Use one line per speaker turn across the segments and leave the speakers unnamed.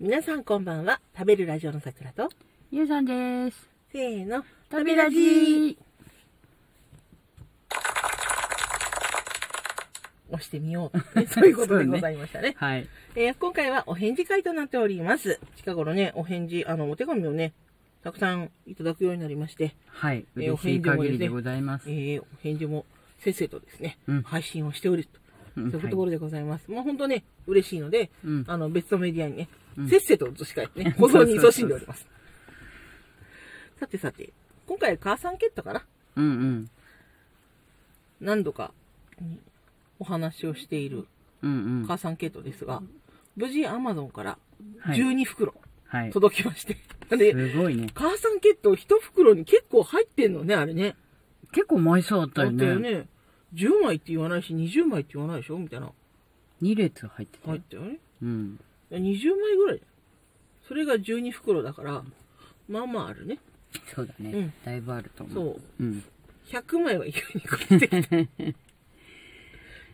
皆さんこんばんは食べるラジオのさくらと
ゆうさんです。
せーの
食
べ
べ
ラ
ラ
ジ
ジ
ー押してみよう、 ね、そういうことでございましたね
はい。
えー今回はお返事会となっております近頃ねお返事あのお手紙をねたくさんいただくようになりまして、
はい。
えー
嬉しい限りでございます。
えーお返事もせっせとですね、
うん
配信をしておると
うん
そういうところでございます。もう本当ね、嬉しいので、
うん
あの、別のメディアにね、
うん
せっせと移し替えてね、 保存に勤しんでおります。さてさて、今回、母さんケットかな
うんうん。
何度かにお話をしている
うんうん。
母さんケットですが、無事 Amazon から
はい。
12袋
はい。
届きまして。なんで、
すごいね。
母さんケット1袋に結構入ってんのね、あれね。
結構枚数あったよ
だよ
ね。
ね。10枚って言わないし、20枚って言わないでしょみたいな。
2列入ってた
入っ
よ。
たよね。
うん。
20枚ぐらいそれが12袋だからまあまああるね
そうだ
う
ね
ん。
だいぶあると思う。
そう
うん。
100枚は牛肉買って きたい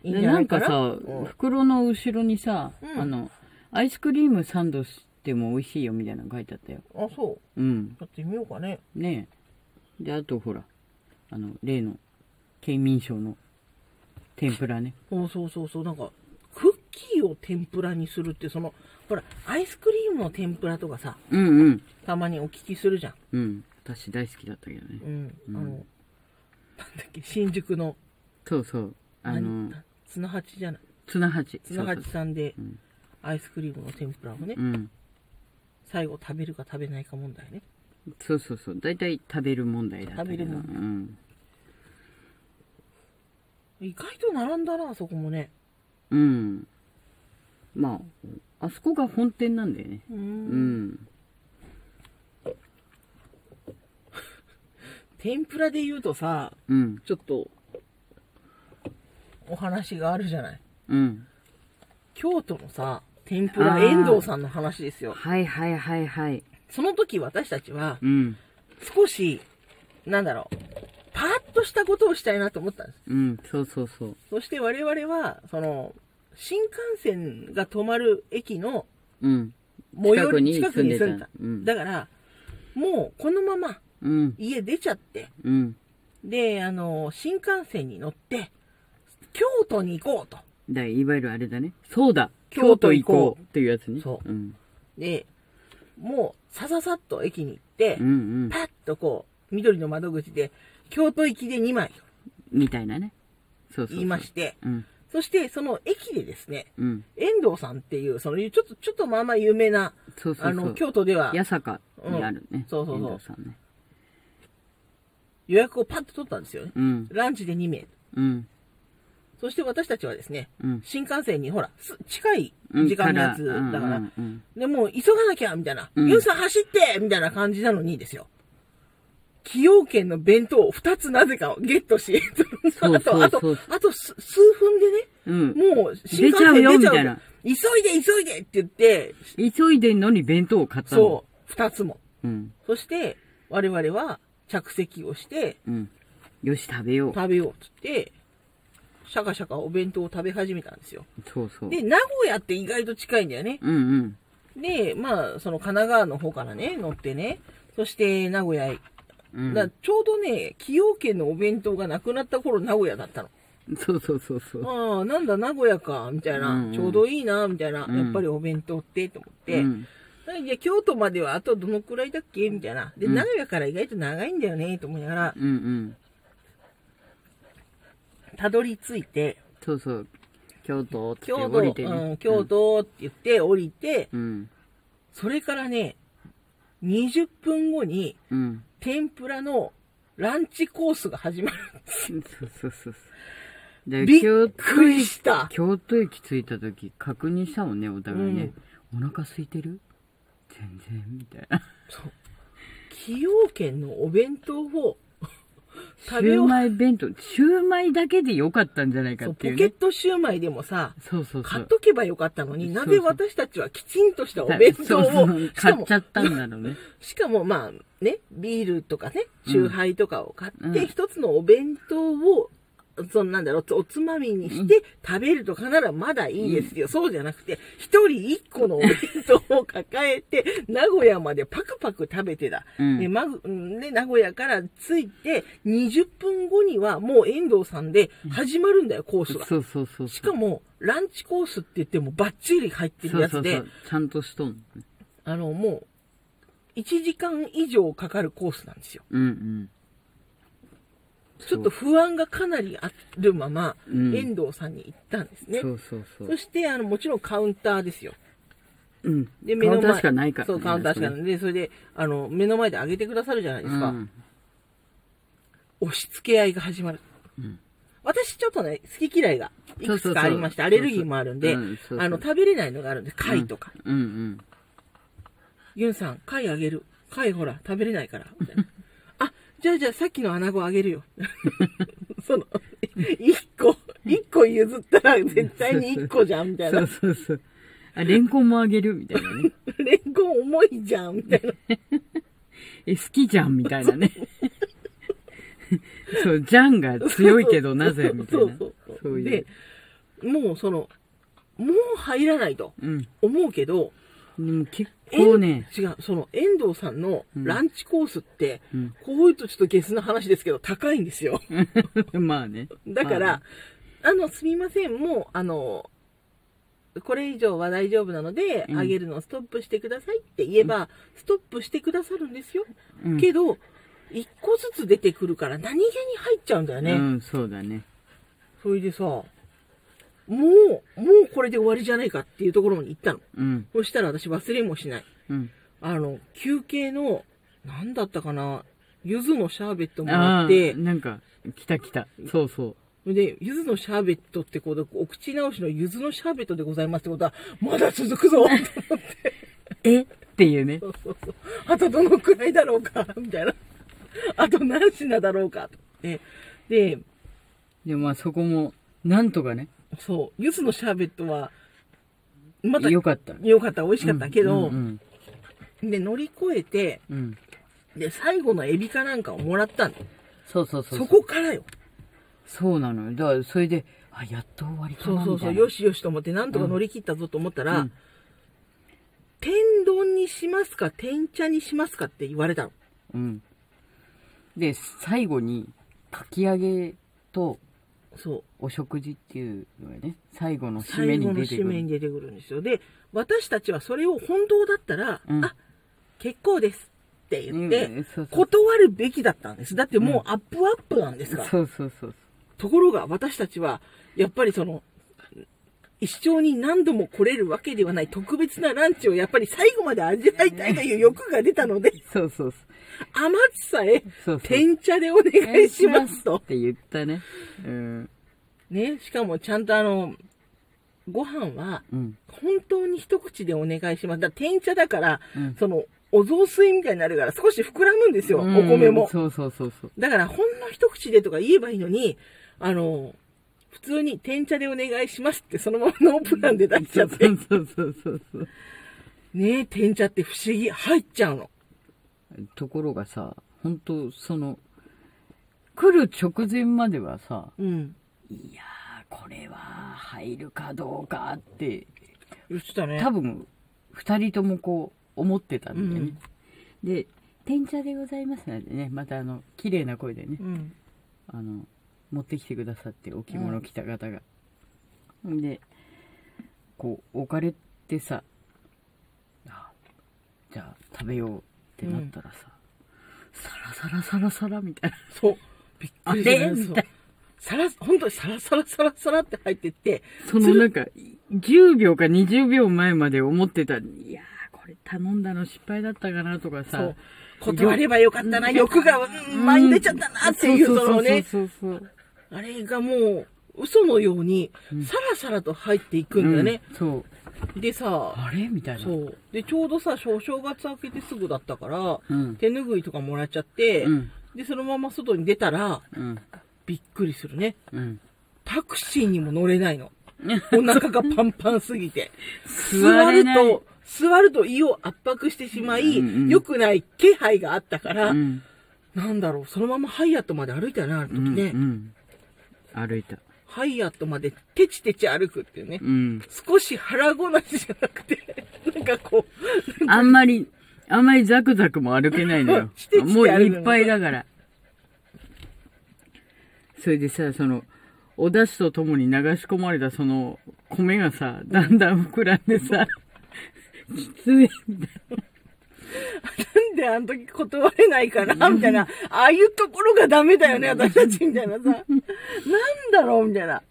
い
で
じゃ
ないんかさ
うん、
袋の後ろにさ
う、ん
あの、アイスクリームサンドしても美味しいよみたいなの書いてあったよ。
あそう
うん。
やってみようかね
ねえ。で、あとほら、あの、例の、県民賞の天ぷらね。
そうそうそうそうなんかクッキーを天ぷらにするってそのほらアイスクリームの天ぷらとかさ
うんうん。
たまにお聞きするじゃん
うん。私大好きだったけどね
う。ん、
うん
あのなんだっけ新宿の
そうそう。あの
何、綱八じゃない
綱八。
綱八
そう
さんで
そううん
アイスクリームの天ぷらをね、
うん。
最後食べるか食べないか問題ね
そうそうそう。大体食べる問題だったけど。
食べる問
うん。
意外と並んだなあそこもね
うん。まあ、あそこが本店なんだよね。
う
うん。
ん天ぷらで言うとさ
うん。
ちょっとお話があるじゃない
うん。
京都のさ天ぷら遠藤さんの話ですよ
はいはいはいはい。
その時私たちは
うん。
少しなんだろうパーッとしたことをしたいなと思ったんです
うん。そうそうそう。
そして我々はその新幹線が止まる駅の
うん。
最寄り
近
近
く
く
に
に
住
住
ん
んで
でた
た、
うん
だからもうこのまま
うん。
家出ちゃって
うん。
であの新幹線に乗って京都に行こうと
だいわゆるあれだね。そうだ京
京
都
都
行
行
こ
こ
う
う
っていうやつね。
そう
うん。
でもうさささっと駅に行って、
うんうん。
パッとこう緑の窓口で京都行きで2枚
みたいなね。そうそうそう。
言いまして
うん。
そしてその駅でですね
うん。
遠藤さんっていうそのちょっとちょっとまあまあ有名な
そうそうそう。
あの京都では
八坂にあるね。
うんそうそうそう
遠藤さんね。
予約をパッと取ったんですよね
うん。
ランチで2名
うん。
そして私たちはですね
うん。
新幹線にほらす近い
うん
時間のやつだから、
うんうん
で、もう急がなきゃみたいな。
うん
ユウさん走ってみたいな感じなのにですよ。崎陽軒の弁当を2つなぜかゲットし、
そう
あ と、あ
そう
と
そ、
あと数数分で
うんうん。
ね、もう新幹線
出ちゃうよ
出ちゃう
みたいな
急いで急いでって言って、
急いでんのに弁当を買ったの。
そう、2つも。
う。うん。
そして、我々は着席をして、
うん。よし、食べよう。
食べようって言って、シャカシャカお弁当を食べ始めたんですよ。
そうそう。
で、名古屋って意外と近いんだよね。
うんうん。
で、まあ、その神奈川の方からね、乗ってね、そして名古屋へ
うん、
だからちょうどね、崎陽軒のお弁当がなくなった頃、名古屋だったの。
そうそうそうそう。
ああ、なんだ、名古屋か、みたいな、
うんうん
ちょうどいいな、みたいな、
うん
やっぱりお弁当って、と思って、
うん、
はいじゃあ京都まではあとどのくらいだっけみたいな。で、
うん
名古屋から意外と長いんだよね、と思いながら
う、んうん。
たどり着いて、
そうそう。京都って
京
降
都、
りてね。
うん、京都って言って降りて、
うん。
それからね、20分後に
うん。
天ぷらのランチコースが始まる。
そうそうそうそう。で
びっ
京
くりした。
京都駅着いた時確認したもんね、お互いね。お腹空いてる全然、みたいな。
そう崎陽軒のお弁当 を食
シ
べ
ュー
よう
マイ弁当、シューマイだけでよかったんじゃないか
そう
っ
ポケ
ていう
ッ
ね。
トシューマイでもさ
そうそうそ
買っ
う。
とけばよかったのに
そうそ
な
う
ぜ私たちはきちんとしたお弁当を
そうそう
し
買
か
っ
も
ちゃったんだろうね。
しかもまあねビールとかねチューハイとかを買
う
っ
ん
て一つのお弁当をそんなんだろう、おつまみにして食べるとかならまだいいですよ。そうじゃなくて、一人一個のお弁当を抱えて、名古屋までパクパク食べてだ。
うん
で、まぐ、ね、名古屋から着いて、20分後にはもう遠藤さんで始まるんだよ、コースが。
そうそうそうそう。
しかも、ランチコースって言ってもバッチリ入って
そ
る
う
や
そ
つ
う
で、
そう。ちゃんとしとん。
あの、もう、1時間以上かかるコースなんですよ。
うんうん。
ちょっと不安がかなりあるまま、
うん
遠藤さんに行ったんですね。
そうそうそ。
そうして、あの、もちろんカウンターですよ。
うん。
で、
カウンターしかないからね。
そう、カウンターしかない。で、それで、あの、目の前で上げてくださるじゃないですか。
うん
押し付け合いが始まる。
うん
私ちょっとね、好き嫌いがいくつかありまして、
そうそう
アレ
そう
ルギーもあるんで、
そうそううんそうそう
あの、食べれないのがあるんで、貝とか。
うんうん。
ユンさん、貝あげる。貝ほら、食べれない から。みたいなあ、じゃあじゃあさっきのアナゴあげるよ。 その、一個、一個譲ったら絶対に一個じゃん、みたい
そ
な
う。そうそう。あ、レンコンもあげるみたいなね。
レンコン重いじゃん、みたいな。
え、好きじゃんみたいなね。 そう、ジャンが 強いけどなぜみたい な。
そうそう
そういう
で。、もうその、もう入らないと
うん。で
思うけど、
も結
遠
構ね、
違う、その遠藤さんのランチコースって、
うん
こういうとちょっとゲスな話ですけど、高いんですよ。
まあね。
だから、あの、すみません、もう、あの、これ以上は大丈夫なので、
うん
あげるのをストップしてくださいって言えば、ストップしてくださるんですよ。
うん
けど、一個ずつ出てくるから何気に入っちゃうんだよ
ま
ね。
あうん、そうだね。
それでさ、もう、もうこれで終わりじゃないかっていうところまで行ったの。
うん。
そしたら私忘れもしない。
うん。
あの、休憩の、なんだったかな、柚子のシャーベットもら
ああ
って
ー、、なんか、来た来た。そうそう。
で、柚子のシャーベットってこと、お口直しの柚子のシャーベットでございますってことは、まだ続くぞ と思って。
えっていうね。
そうそうそう。あとどのくらいだろうかみたいな。あと何品だろうかと思って。で、
でもまあそこも、なんとかね、
そう、柚子のシャーベットは、また
よかった。
よかった、美味しかったけど、
うん
で、乗り越えて、
うんうん
で、最後のエビかなんかをもらったの。
そうそうそう
そこからよ。
そうなのよだからそれであやっと終わりか
そう
な
そ
み
う
た
そ、
いうな
よしよしと思って、なんとか乗り切ったぞと思ったら、
うん
天丼にしますか、天茶にしますかって言われたの。
うんで最後にかき揚げと
そう。
お食事っていうのがね最後の締め
最後
に
の
出てく
締めに
る
出てくるんですよ。で、私たちはそれを本当だったら、
うん
あ、結構ですって言って、
うんそうそう
断るべきだったんです。だってもうアップアップなんですから。
そうそうそう
ところが私たちは、やっぱりその、一生に何度も来れるわけではない特別なランチをやっぱり最後まで味わいたいという欲が出たので、
そうそうそう
余っさえ
そうそう、
天茶でお願いします
お願いしま
と
っ。て言ったねうん
ね、しかもちゃんとあの、ご飯は、
うん
本当に一口でお願いします。だから天茶だから、
うん
その、お雑炊みたいになるから少し膨らむんですよ、お
うん
米も。
そうそうそうそう
だから、ほんの一口でとか言えばいいのに、あの、普通に、天茶でお願いしますって、そのままノープランで出しち
そ
ゃ
う
っ
そ
て。
うそうそうそうそう
ねえ、天茶って不思議、入っちゃうの。
ところがさ本当その来る直前まではさ、
うん。
いやー、これは入るかどうかって、
言ってたね
多。分、二人ともこう、思ってたんだよね。で、天茶でございますのでね、またあの、綺麗な声でね
う、ん。
あの、持ってきてくださって、お着物着た方が。ん、で、こう、置かれてさ、あ、じゃあ食べようってなったらさ、サラサラサラサラみたいな。
そう。びっくりした
あ
ね。
れ
そ
み
う
たい
さら、本当にサラサラサラサラって入ってって、
そのなんか、10秒か20秒前まで思ってた、いやー、これ頼んだの失敗だったかなとか
そ
さ
う、。断ればよかったな、欲がうん前に出ちゃったなっていう、
ん
そのね、
そうそうそう
あれがもう、嘘のように、さらさらと入っていく
そう。
んだよね。
うんそう。
でさ、
あれみたいな。
そう。で、ちょうどさ、正正月明けてすぐだったから、
うん
手拭いとかもらっちゃって、
うん
で、そのまま外に出たら、
うん。
びっくりするね。
うん。
タクシーにも乗れないの。お腹がパンパンすぎて。
座
座
れ
る
ない
と、座ると胃を圧迫してしまい、良、
うんうん
くない気配があったから、
うん。
なんだろう、そのままハイアットまで歩いたよね、あの時
うん。
ね。
うん。歩いた。
ハイアットまでてちてち歩くっていうね
う。ん。
少し腹ごなしじゃなくて、 なんかこう、。
あんまり、あんまりザクザクも歩けないのよ
してきて歩くの
もういっぱいだから。それでさ、その、お出汁とともに流し込まれたその米がさ、だんだん膨らんでさ、きつい。
なんであの時断れないかなみたいな。ああいうところがダメだよね、私たちみたいなさ。なんだろうみたいな。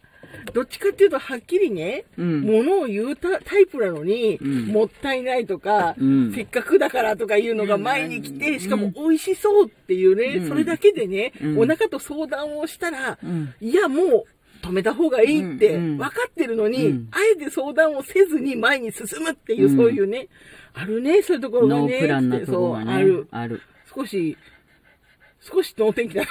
どっちかっていうと、はっきりね、
うん
ものを言うたタイプなのに、
ん
もったいないとか、
うん
せっかくだからとかいうのが前に来て、しかも美味しそうっていうね、それだけでね、
うん
お腹と相談をしたら、
うん
いや、もう止めた方がいいって
うんうん
分かってるのに、
うん
あえて相談をせずに前に進むっていう、
うん
そういうね、あるね、そういうところがね。
ノープランな
って
とこが
そう、あ
ね
る、。
ある。
少し、少し脳天気だな。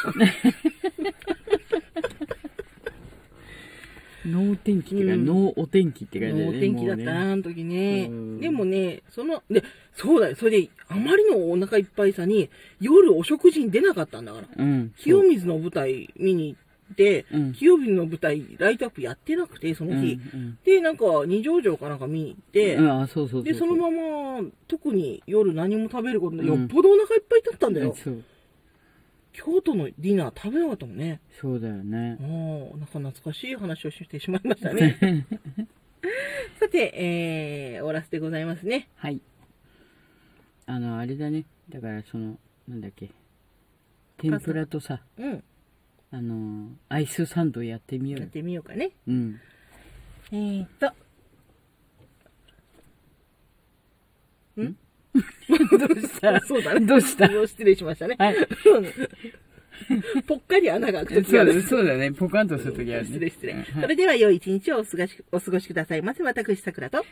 脳天気っていうか、
うん
脳お天気って感じだよ
脳
ね。
天気だった
もうね
な、あの時ね
うん。
でもね、その、で、そうだよ、それで、あまりのお腹いっぱいさに、夜お食事に出なかったんだから。
うん。
清水の舞台見に行って、
うん
清水の舞台ライトアップやってなくて、その日。
うんうん
で、なんか、二条城かなんか見に行って、
うん、あ、そうそうそうう。
で、そのまま、特に夜何も食べることない、
うん
よっぽどお腹いっぱいだったんだよ。
そう。
京都のディナー食べなかったもんね。
そうだよね。
もう、なんか懐かしい話をしてしまいましたね。 さて、えー、終わらせでございますね。
はい。あの、あれだね。だから、その、なんだっけ。天ぷらとさ、
うん。
あの、アイスサンドやってみよう
やっ
よ。
てみようかね。
うん。
えーっと。ん どうしたそう だね。
どうした
もう失礼しましたね。
はい。
ぽっかり穴が開くとき
そ
があ
う
る
だそうだね。ポカンとするときあるね。
失礼失礼
うん。
それでは良い一日をお過ごしお過ごしくださいませ。私、さくらと。